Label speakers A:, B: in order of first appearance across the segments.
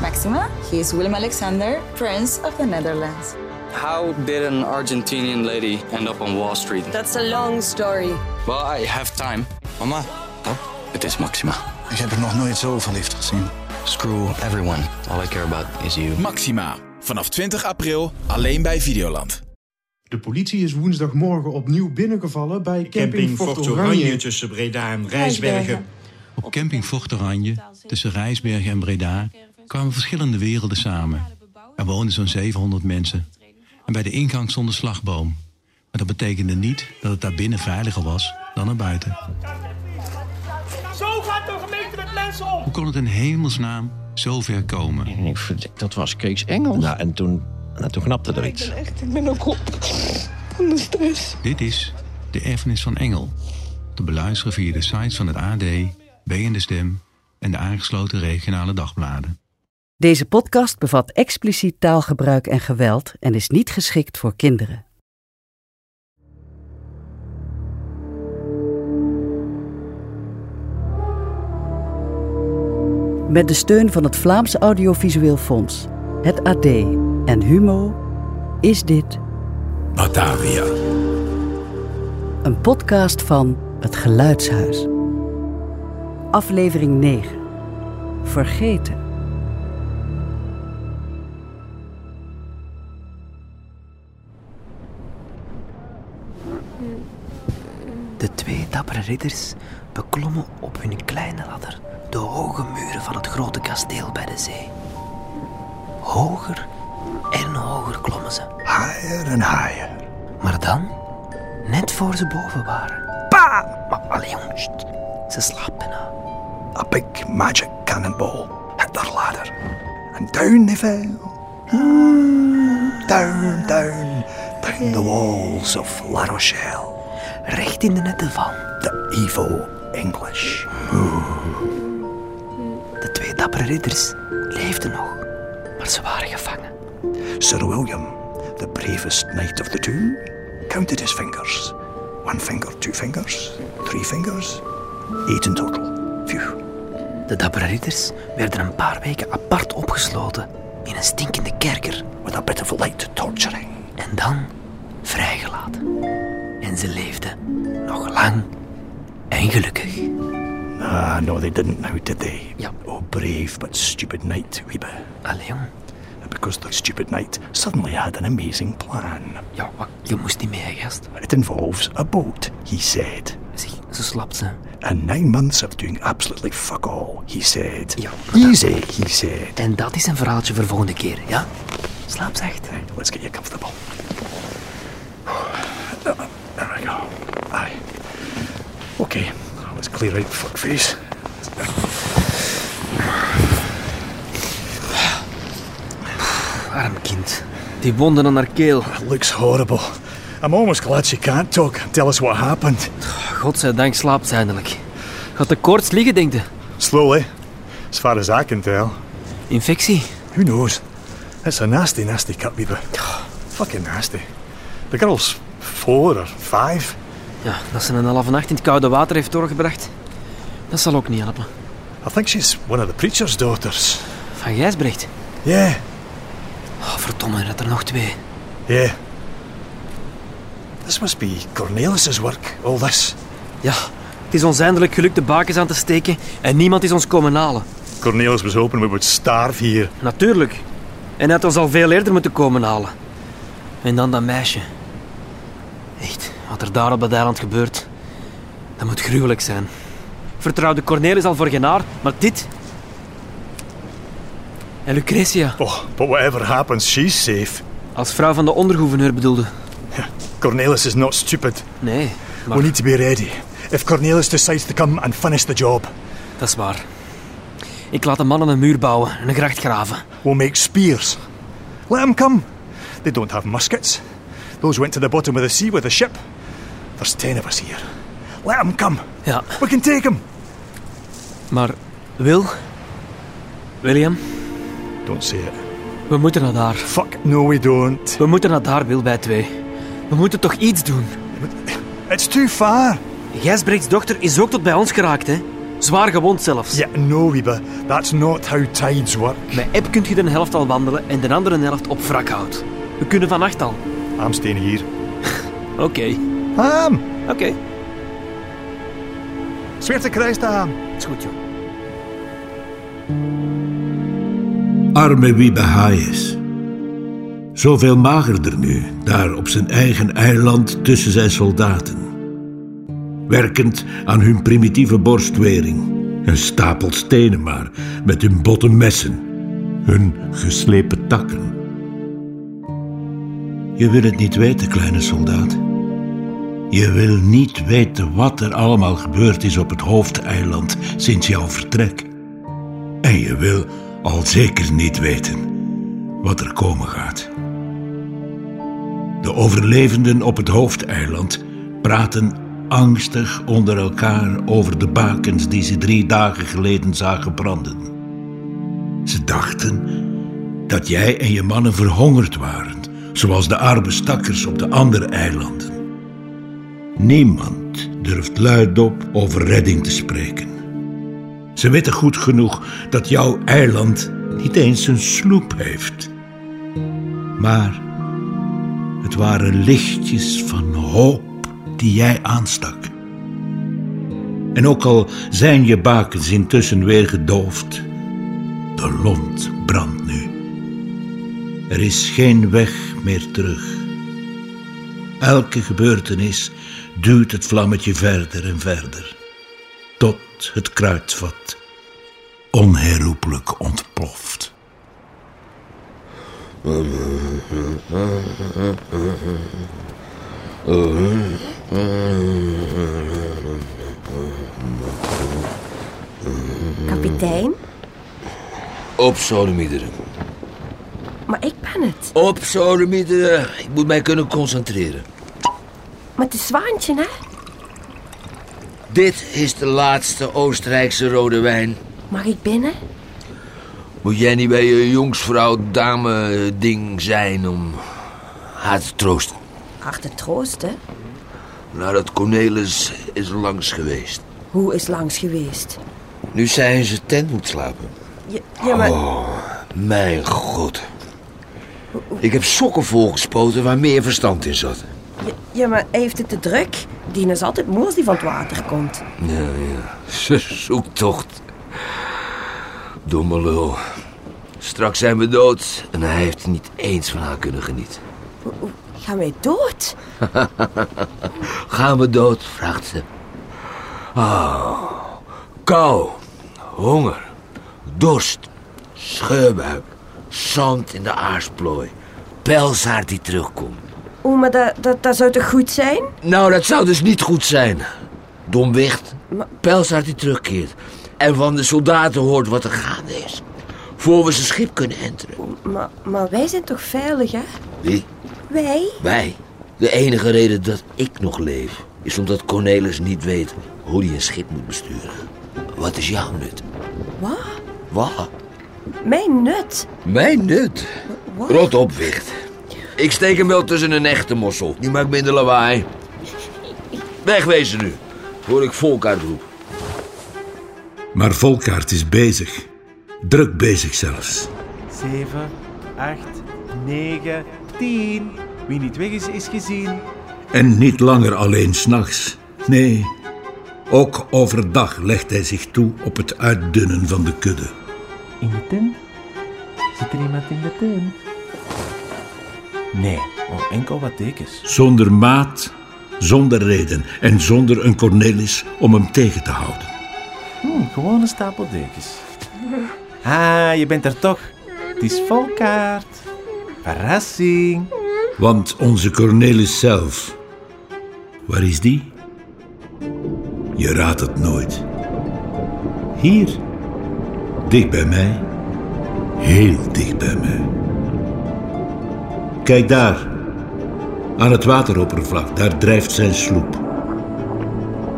A: Maxima. He is Willem Alexander, Prince of the Netherlands.
B: How did an Argentinian lady end up on Wall Street?
C: That's a long story.
B: Well, I have time.
D: Mama,
B: Het is Maxima.
E: Ik Dus heb er nog nooit zo verliefd gezien.
B: Screw everyone. All I care about is you.
F: Maxima. Vanaf 20 april alleen bij Videoland.
G: De politie is woensdagmorgen opnieuw binnengevallen bij Camping,
H: camping
G: Fort
H: Fort Oranje tussen Breda en Rijsbergen.
I: Op camping Fort Oranje, tussen Rijsbergen en Breda, kwamen verschillende werelden samen. Er woonden zo'n 700 mensen. En bij de ingang stond een slagboom. Maar dat betekende niet dat het daar binnen veiliger was dan er buiten.
J: Zo gaat de gemeente met mensen om.
I: Hoe kon het in hemelsnaam zo ver komen?
K: En ik vond, dat was Kees Engels. Nou, en toen, nou, toen knapte er iets.
L: Echt, ik ben ook op van de stress.
I: Dit is De Erfenis van Engel. Te beluisteren via de sites van het AD, BN De Stem en de aangesloten regionale dagbladen.
M: Deze podcast bevat expliciet taalgebruik en geweld en is niet geschikt voor kinderen. Met de steun van het Vlaams Audiovisueel Fonds, het AD en Humo is dit
F: Batavia.
M: een podcast van Het Geluidshuis. Aflevering 9. Vergeten.
N: De twee dappere ridders beklommen op hun kleine ladder de hoge muren van het grote kasteel bij de zee. Hoger en hoger klommen ze. Haaier en haaier. Maar dan, net voor ze boven waren. Pa! Maar allee jongens, sst. ze nou. slaapt bijna.
O: A big magic cannonball hit their ladder, and down they fell. Ah, Down, down, down the walls of La Rochelle.
N: Recht in de netten van.
O: The evil English.
N: De twee dappere ridders leefden nog, maar ze waren gevangen.
O: Sir William, the bravest knight of the two, counted his fingers. One finger, two fingers, three fingers, eight in total.
N: De dappere ridders werden een paar weken apart opgesloten in een stinkende kerker. With a bit of light torturing. En dan vrijgelaten. En ze leefden nog lang en gelukkig.
O: Ah, no, they didn't now, did they?
N: Yeah.
O: Oh, brave but stupid knight, Weba.
N: Allee, jong.
O: Because the stupid knight suddenly had an amazing plan.
N: Ja, wat, je moest niet mee, gast.
O: It involves a boat, he said.
N: Zie, zo slaapt ze.
O: And nine months of doing absolutely fuck all, he said.
N: Ja,
O: Easy, he said.
N: En dat is een verhaaltje voor volgende keer, ja? Slaap zacht.
O: Let's get you comfortable. Uh, There we go. Aye. Okay, let's clear out the fuck face.
N: Arm kind. Die wonden aan haar keel.
O: Looks horrible. I'm almost glad she can't talk and tell us what happened.
N: Godzijdank slaapt ze eindelijk. Gaat de koorts liggen, denk je?
O: Slowly, as far as I can tell.
N: Infectie?
O: Who knows? It's a nasty, nasty cut, Bieber. Fucking nasty. The girl's four or five.
N: Ja, dat ze een halve nacht in het koude water heeft doorgebracht. Dat zal ook niet helpen.
O: I think she's one of the preacher's daughters.
N: Van Gijsbrecht.
O: Yeah,
N: Oh, verdomme, dat er nog twee.
O: yeah. This must be Cornelis's work, all this.
N: Ja, het is ons eindelijk gelukt de bakens aan te steken en niemand is ons komen halen.
O: Cornelis was hoping we would starve here.
N: Natuurlijk. En hij had ons al veel eerder moeten komen halen. En dan dat meisje. Echt, wat er daar op dat eiland gebeurt, dat moet gruwelijk zijn. Vertrouwde Cornelis al voor genaar, maar dit... En Lucretia,
O: Oh, but whatever happens, she's safe.
N: als vrouw van de ondergouverneur bedoelde.
O: Cornelis is not stupid.
N: Nee, maar
O: We need to be ready. If Cornelis decides to come and finish the job,
N: dat is waar. Ik laat de mannen een muur bouwen en een gracht graven.
O: we'll make spears. Let them come. They don't have muskets. Those went to the bottom of the sea with a ship. There's ten of us here. Let them come.
N: Ja,
O: We can take them.
N: maar... Wil? William,
O: Don't say it.
N: we moeten naar daar.
O: Fuck, no, we don't.
N: We moeten naar daar, Wil, bij twee. We moeten toch iets doen.
O: It's too far.
N: Gijsbrechts dochter is ook tot bij ons geraakt, hè?
P: Zwaar gewond zelfs.
Q: Ja, no, Wiebe. That's not how tides work.
P: Met Eb kunt je de helft al wandelen en de andere helft op wrak houdt. We kunnen vannacht al.
Q: Amsteen hier.
P: Oké.
Q: Am!
P: Oké.
Q: Zweert de kruis aan.
P: Is goed, joh.
F: Arme Wiebe Hayes. Zoveel magerder nu, daar op zijn eigen eiland tussen zijn soldaten. Werkend aan hun primitieve borstwering. Een stapel stenen maar, met hun botte messen. Hun geslepen takken. Je wil het niet weten, kleine soldaat. Je wil niet weten wat er allemaal gebeurd is op het hoofdeiland sinds jouw vertrek. En je wil al zeker niet weten wat er komen gaat. De overlevenden op het hoofdeiland praten angstig onder elkaar over de bakens die ze drie dagen geleden zagen branden. Ze dachten dat jij en je mannen verhongerd waren, zoals de arme stakkers op de andere eilanden. Niemand durft luidop over redding te spreken. Ze weten goed genoeg dat jouw eiland niet eens een sloep heeft. Maar het waren lichtjes van hoop die jij aanstak. En ook al zijn je bakens intussen weer gedoofd, de lont brandt nu. Er is geen weg meer terug. Elke gebeurtenis duwt het vlammetje verder en verder, tot het kruidvat onherroepelijk ontploft.
C: Kapitein?
G: Op sodemieteren.
C: Maar ik ben het.
G: Op sodemieteren. Ik moet mij kunnen concentreren.
C: Met de zwaantje, hè?
G: Dit is de laatste Oostenrijkse rode wijn.
C: Mag ik binnen?
G: Moet jij niet bij je jongsvrouw dame ding zijn om haar te troosten?
C: Ach, de troost, hè?
G: Nou, dat Cornelis is langs geweest.
C: Hoe is langs geweest?
G: Nu zijn ze tent moet slapen.
C: Ja, ja, maar...
G: Oh, mijn god. Ik heb sokken volgespoten waar meer verstand in zat.
C: Ja, ja, maar hij heeft het te druk. Die is altijd moe als die van het water komt.
G: Ja, ja. Ze zoektocht. Domme lul. Straks zijn we dood en hij heeft niet eens van haar kunnen genieten.
C: Hoe- hoe- Gaan wij dood?
G: Gaan we dood? vraagt ze. Oh, kou, honger, dorst, scheurbuik, zand in de aarsplooi, pelshaar die terugkomt.
C: Oeh, maar dat, dat, dat zou toch goed zijn?
G: Nou, dat zou dus niet goed zijn. Domwicht, pelshaar die terugkeert en van de soldaten hoort wat er gaande is. Voor we zijn schip kunnen enteren.
C: Maar, maar wij zijn toch veilig, hè?
G: Wie?
C: Wij?
G: Wij. De enige reden dat ik nog leef is omdat Cornelis niet weet hoe hij een schip moet besturen. Wat is jouw nut?
C: Wat?
G: Wat?
C: Mijn nut.
G: Mijn nut? Rot op, Wicht. Ik steek hem wel tussen een echte mossel. Die maakt minder lawaai. Wegwezen nu, hoor ik volk uitroep.
F: Maar Volkaart is bezig. Druk bezig zelfs.
R: 7, 8, 9, 10. Wie niet weg is, is gezien.
F: En niet langer alleen s'nachts. Nee, ook overdag legt hij zich toe op het uitdunnen van de kudde.
R: In de tent? Zit er iemand in de tent? Nee, oh, enkel wat dekens.
F: Zonder maat, zonder reden en zonder een Cornelis om hem tegen te houden.
R: Hm, gewoon een stapel dekens. Ah, je bent er toch. Het is volkaart. Verrassing.
F: Want onze Cornelis zelf, waar is die? Je raadt het nooit. Hier, dicht bij mij, heel dicht bij mij. Kijk daar, aan het wateroppervlak, daar drijft zijn sloep.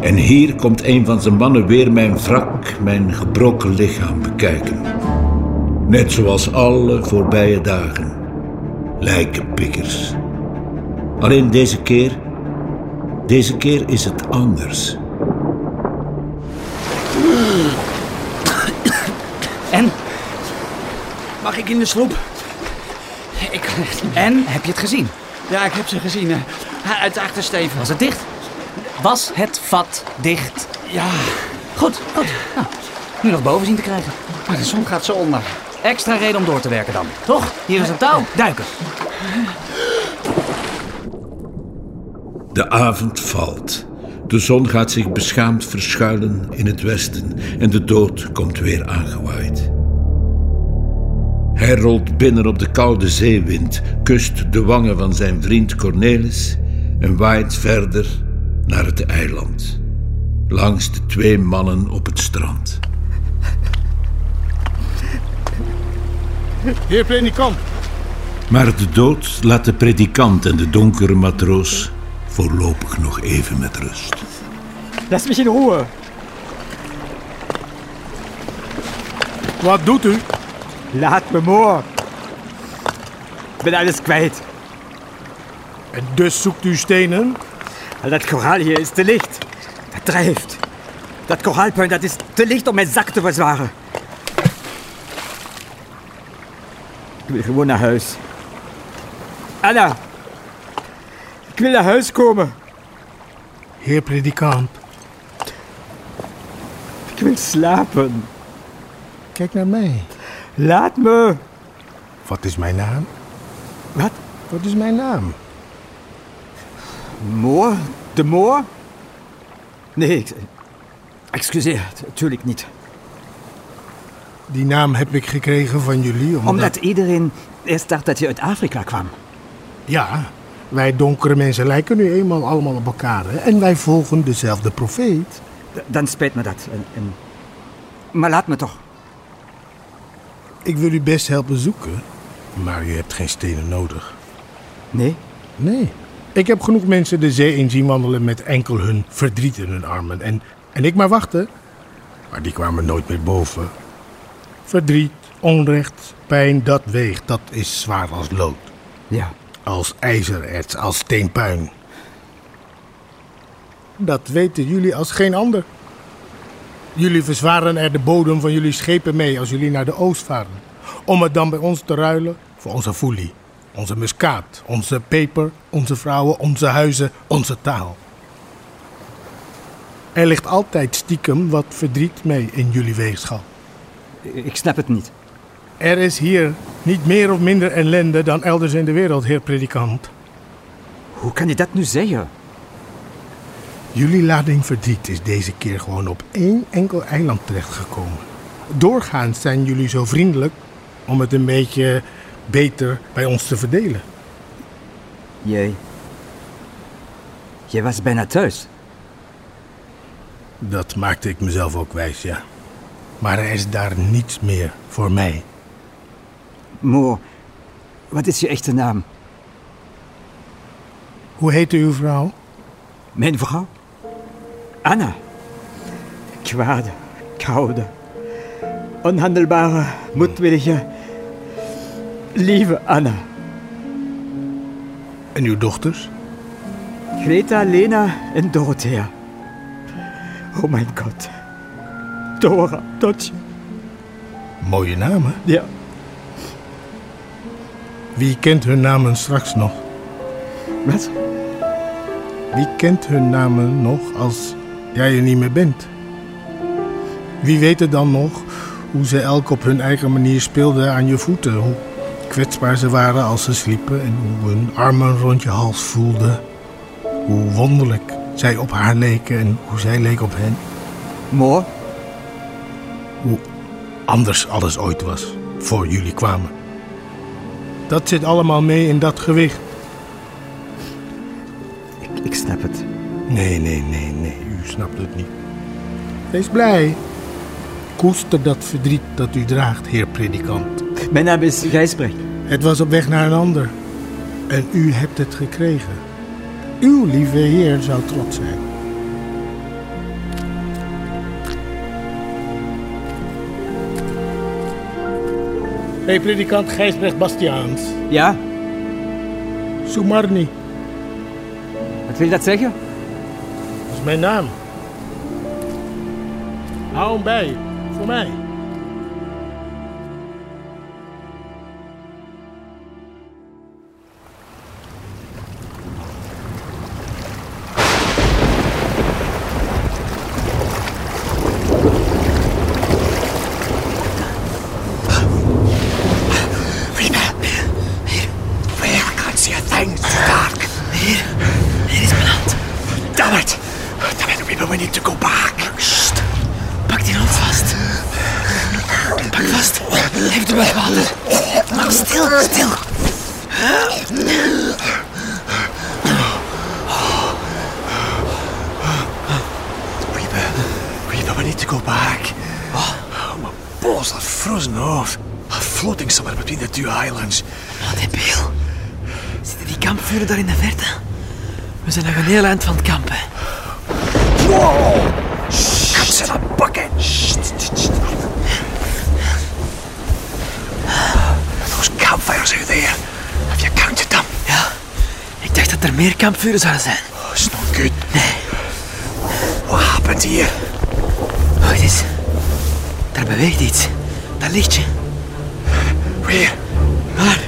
F: En hier komt een van zijn mannen weer mijn wrak, mijn gebroken lichaam bekijken. Net zoals alle voorbije dagen lijkenpikkers. Alleen deze keer, deze keer is het anders.
S: En? Mag ik in de sloep? Ik kan echt niet.
T: En? Heb je het gezien?
S: Ja, ik heb ze gezien. eh, Uit de achtersteven.
T: Was het dicht? Was het vat dicht?
S: Ja.
T: Goed, goed. Nou, nu nog boven zien te krijgen.
S: Maar de zon gaat zo onder.
T: Extra reden om door te werken dan. Toch? Hier is een touw. Duiken.
F: De avond valt. De zon gaat zich beschaamd verschuilen in het westen en de dood komt weer aangewaaid. Hij rolt binnen op de koude zeewind, kust de wangen van zijn vriend Cornelis en waait verder naar het eiland. Langs de twee mannen op het strand.
O: Heer Plenikant.
F: Maar de dood laat de predikant en de donkere matroos voorlopig nog even met rust.
O: Lass mich in Ruhe. Wat doet u? Laat me moor. Ik ben alles kwijt. En dus zoekt u stenen? Dat koraal hier is te licht. Dat drijft. Dat koraalpunt dat is te licht om mijn zak te verzwaren. Ik wil gewoon naar huis. Anna! Ik wil naar huis komen. Heer predikant. Ik wil slapen. Kijk naar mij. Laat me. Wat is mijn naam? Wat? Wat is mijn naam? Moor? De moor? Nee, ik- excuseer, tu- tuurlijk niet. Die naam heb ik gekregen van jullie omdat... Omdat iedereen eerst dacht dat je uit Afrika kwam. Ja, wij donkere mensen lijken nu eenmaal allemaal op elkaar. hè? En wij volgen dezelfde profeet. Dan spijt me dat.
N: äh, ähm.
O: Maar laat me toch. Ik wil u best helpen zoeken. Maar u hebt geen stenen nodig. Nee? Nee. Ik heb genoeg mensen de zee in zien wandelen met enkel hun verdriet in hun armen. En, en ik maar wachten. Maar die kwamen nooit meer boven. Verdriet, onrecht, pijn, dat weegt. Dat is zwaar als lood. Ja. Als ijzererts, als steenpuin. Dat weten jullie als geen ander. Jullie verzwaren er de bodem van jullie schepen mee als jullie naar de oost varen. Om het dan bij ons te ruilen voor onze foelie, onze muskaat, onze peper, onze vrouwen, onze huizen, onze taal. Er ligt altijd stiekem wat verdriet mee in jullie weegschap.
S: Ik snap het niet.
O: Er is hier niet meer of minder ellende dan elders in de wereld, heer predikant. Hoe kan je dat nu zeggen? Jullie lading verdriet is deze keer gewoon op één enkel eiland terechtgekomen. Doorgaans zijn jullie zo vriendelijk om het een beetje beter bij ons te verdelen.
S: Jij. Jij was bijna thuis.
O: Dat maakte ik mezelf ook wijs, ja. Maar er is daar niets meer voor mij.
S: Moor, wat is je echte naam?
O: Hoe heette uw vrouw?
S: Mijn vrouw? Anna. Kwade, koude, onhandelbare, moedwillige, lieve Anna.
O: En uw dochters?
S: Greta, Lena en Dorothea. Oh mijn god. Dora, Dotje.
O: Mooie namen.
S: Ja.
O: Wie kent hun namen straks nog?
S: Wat?
O: Wie kent hun namen nog als jij er niet meer bent? Wie weet het dan nog hoe ze elk op hun eigen manier speelden aan je voeten? Hoe kwetsbaar ze waren als ze sliepen en hoe hun armen rond je hals voelden? Hoe wonderlijk zij op haar leken en hoe zij leek op hen?
S: Moor?
O: Hoe anders alles ooit was voor jullie kwamen. Dat zit allemaal mee in dat gewicht.
S: Ik, ik snap het.
O: Nee, nee, nee, nee. U snapt het niet. Wees blij. Koester dat verdriet dat u draagt, heer predikant.
S: Mijn naam is Gijsbrecht.
O: Het was op weg naar een ander. En u hebt het gekregen. Uw lieve heer zou trots zijn. Hey, predikant Gijsbrecht Bastiaans.
S: Ja?
O: Sumarni,
S: Wat wil dat zeggen?
O: dat is mijn naam. Hou hem bij, voor mij.
U: water. Maar stil, stil.
O: We don't need to go back. Oh, my balls are frozen off. I'm floating somewhere between the two islands.
N: Wat een peel. Zitten die kampvuren daar in de verte? We zijn nog een heel eind van het kampen.
O: Whoa! Shh. in a bucket. Shh. Those campfires out there. Have you counted them?
N: Ja, ik dacht dat er meer kampvuren zouden zijn.
O: Oh, it's not good. Nee. What happened here?
N: Oh, het is... Daar beweegt iets. Dat lichtje.
O: Where?
N: Waar?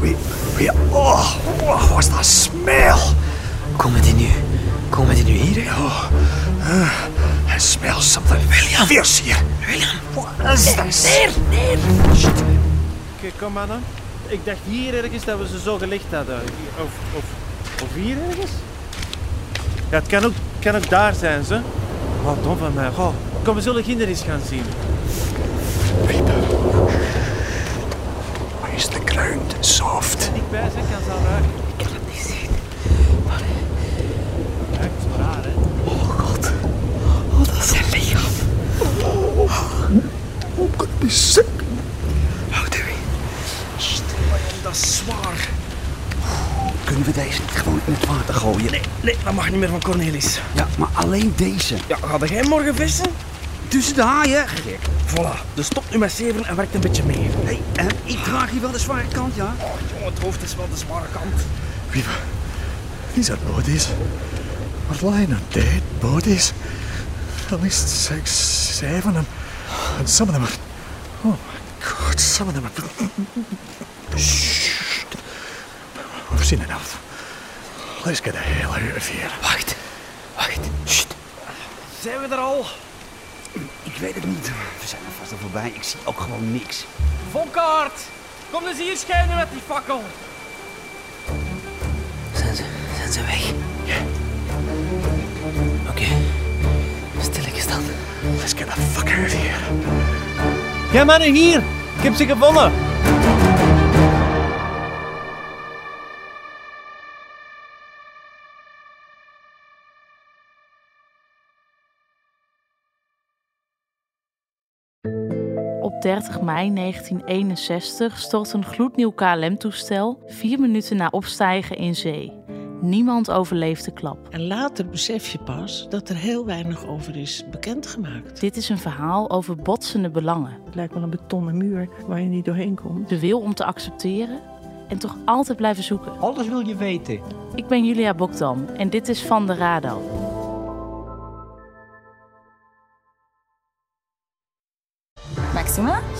O: Where? Where? Oh, oh, what's that smell?
N: Komen die nu... Komen die nu hier?
O: Oh. I smell something William. fierce here. William, what is this?
U: Eh, Neer, neer.
V: Oké, kom maar dan. Ik dacht hier ergens dat we ze zo gelicht hadden. Of, of, of hier ergens? Ja, het kan ook, kan ook daar zijn, ze. Wat dom van mij. Goh, kom, we zullen kinderen eens gaan zien.
O: Why is the ground soft?
V: Ik bij zijn kan ze al ruiken. Ik kan het niet zien. Maar... Ruikt zo raar, hè?
N: Oh, dat is een lichaam.
W: Oh,
O: I'm gonna be sick.
N: How do we?
O: Dat is zwaar.
W: Kunnen we deze niet gewoon in het water gooien?
X: Nee, nee, dat mag niet meer van Cornelis.
W: Ja, maar alleen deze.
X: Ja, ga jij morgen vissen?
W: Tussen de haaien. Gek.
X: Voilà, dus stop nu met zeven en werk een beetje mee.
W: Hey, eh, ik draag hier wel de zware kant, ja?
X: Oh, jongen, het hoofd is wel de zware kant.
O: Wie These are bodies. We're lying on dead bodies. At least six, seven, and, and some of them are. Oh my god, some of them are. Shh. We've seen enough. Let's get the hell out of here.
N: Wacht. Wacht. Sst.
X: Zijn we er al?
W: Ik weet het niet. We zijn er vast al voorbij. Ik zie ook gewoon niks.
V: Vonkaart, kom eens hier schijnen met die fakkel.
N: Zijn ze, zijn ze weg? Oké. Stilletjes dan.
O: Let's get the fuck out of here.
V: Ja, mannen, hier. Ik heb ze gevonden.
A: Op 30 mei 1961 stort een gloednieuw KLM-toestel vier minuten na opstijgen in zee. Niemand overleeft de klap.
Y: En later besef je pas dat er heel weinig over is bekendgemaakt.
A: Dit is een verhaal over botsende belangen.
Y: Het lijkt wel een betonnen muur waar je niet doorheen komt.
A: De wil om te accepteren en toch altijd blijven zoeken.
W: Alles wil je weten.
A: Ik ben Julia Bokdam en dit is Van de Rado.
C: Maxima,